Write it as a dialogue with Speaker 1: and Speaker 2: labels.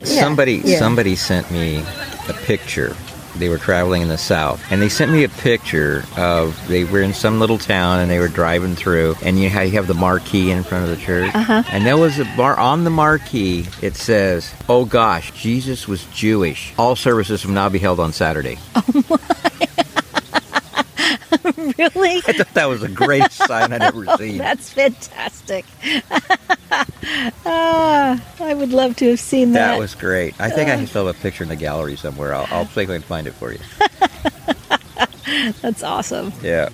Speaker 1: Yeah,
Speaker 2: somebody
Speaker 1: yeah.
Speaker 2: somebody sent me a picture. They were traveling in the south, and they sent me a picture of they were in some little town, and they were driving through, and you, how you have the marquee in front of the church, uh-huh. and there was a bar on the marquee. It says, "Oh gosh, Jesus was Jewish. All services will now be held on Saturday."
Speaker 1: really?
Speaker 2: I thought that was the greatest sign I'd ever seen.
Speaker 1: That's fantastic. ah, I would love to have seen that.
Speaker 2: That was great. I think
Speaker 1: Uh.
Speaker 2: I still have a picture in the gallery somewhere. I'll, I'll see if I can find it for you.
Speaker 1: That's awesome.
Speaker 2: Yeah.